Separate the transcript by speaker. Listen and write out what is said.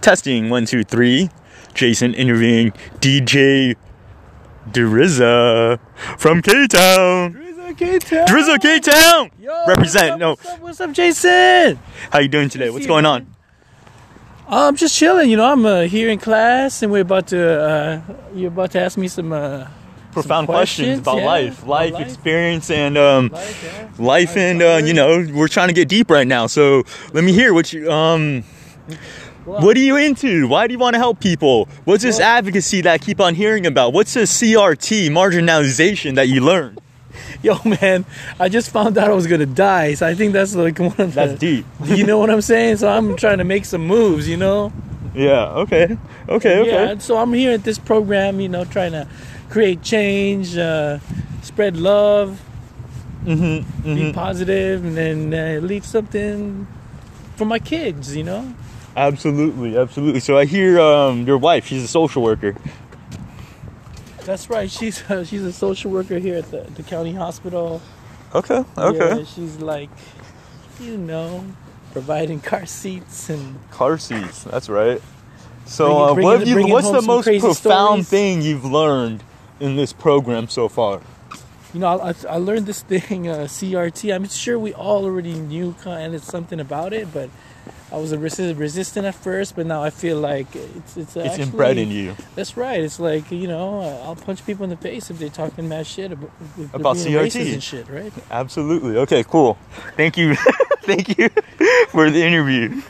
Speaker 1: Testing one two three. Jason interviewing DJ Drizza from K Town.
Speaker 2: Drizzo K Town.
Speaker 1: Drizza K Town.
Speaker 2: Yo,
Speaker 1: Represent. No.
Speaker 2: What's up, what's up, Jason?
Speaker 1: How you doing today? What's going on?
Speaker 2: I'm just chilling. You know, I'm uh, here in class, and we're about to. Uh, you're about to ask me some. Uh,
Speaker 1: Profound questions,
Speaker 2: questions,
Speaker 1: about
Speaker 2: yeah,
Speaker 1: life,
Speaker 2: about
Speaker 1: life,
Speaker 2: life.
Speaker 1: experience, and um,
Speaker 2: like, uh,
Speaker 1: life, and uh, you know, we're trying to get deep right now. So let me hear what you um. What are you into? Why do you want to help people? What's this
Speaker 2: Well-
Speaker 1: advocacy that I keep on hearing about? What's this CRT marginalization that you learned?
Speaker 2: yo, man, I just found out I was gonna die, so I think that's like one of
Speaker 1: That's
Speaker 2: the.
Speaker 1: deep.
Speaker 2: you know what I'm saying? So I'm trying to make some moves. You know.
Speaker 1: Yeah. Okay. Okay. Okay.
Speaker 2: Yeah, and so I'm here at this program, you know, trying to create change, uh, spread love,
Speaker 1: Mm-hmm.
Speaker 2: be positive, and then uh, leave something for my kids, you know?
Speaker 1: Absolutely. Absolutely. So I hear um, your wife. She's a social worker.
Speaker 2: That's right. She's a, she's a social worker here at the, the county hospital.
Speaker 1: Okay. Okay.
Speaker 2: Yeah, she's like, you know, providing car seats and
Speaker 1: Car seats. That's right. So
Speaker 2: Bring it-
Speaker 1: uh,
Speaker 2: bring
Speaker 1: what
Speaker 2: it-
Speaker 1: have you-
Speaker 2: bring it
Speaker 1: what's
Speaker 2: home
Speaker 1: the
Speaker 2: some
Speaker 1: most
Speaker 2: crazy
Speaker 1: profound
Speaker 2: stories.
Speaker 1: thing you've learned in this program so far?
Speaker 2: you know, I, I- I learned this thing, uh, CRT. I'm sure we all already knew kind of something about it, but I was a resist- resistant at first, but now I feel like it's it's,
Speaker 1: It's
Speaker 2: actually,
Speaker 1: inbred in you.
Speaker 2: That's right. It's like you know, uh, I'll punch people in the face if they're talking mad shit about, if they're
Speaker 1: About
Speaker 2: being
Speaker 1: CRT.
Speaker 2: racist and shit, right?
Speaker 1: Absolutely. Okay. Cool. Thank you. Thank you for the interview.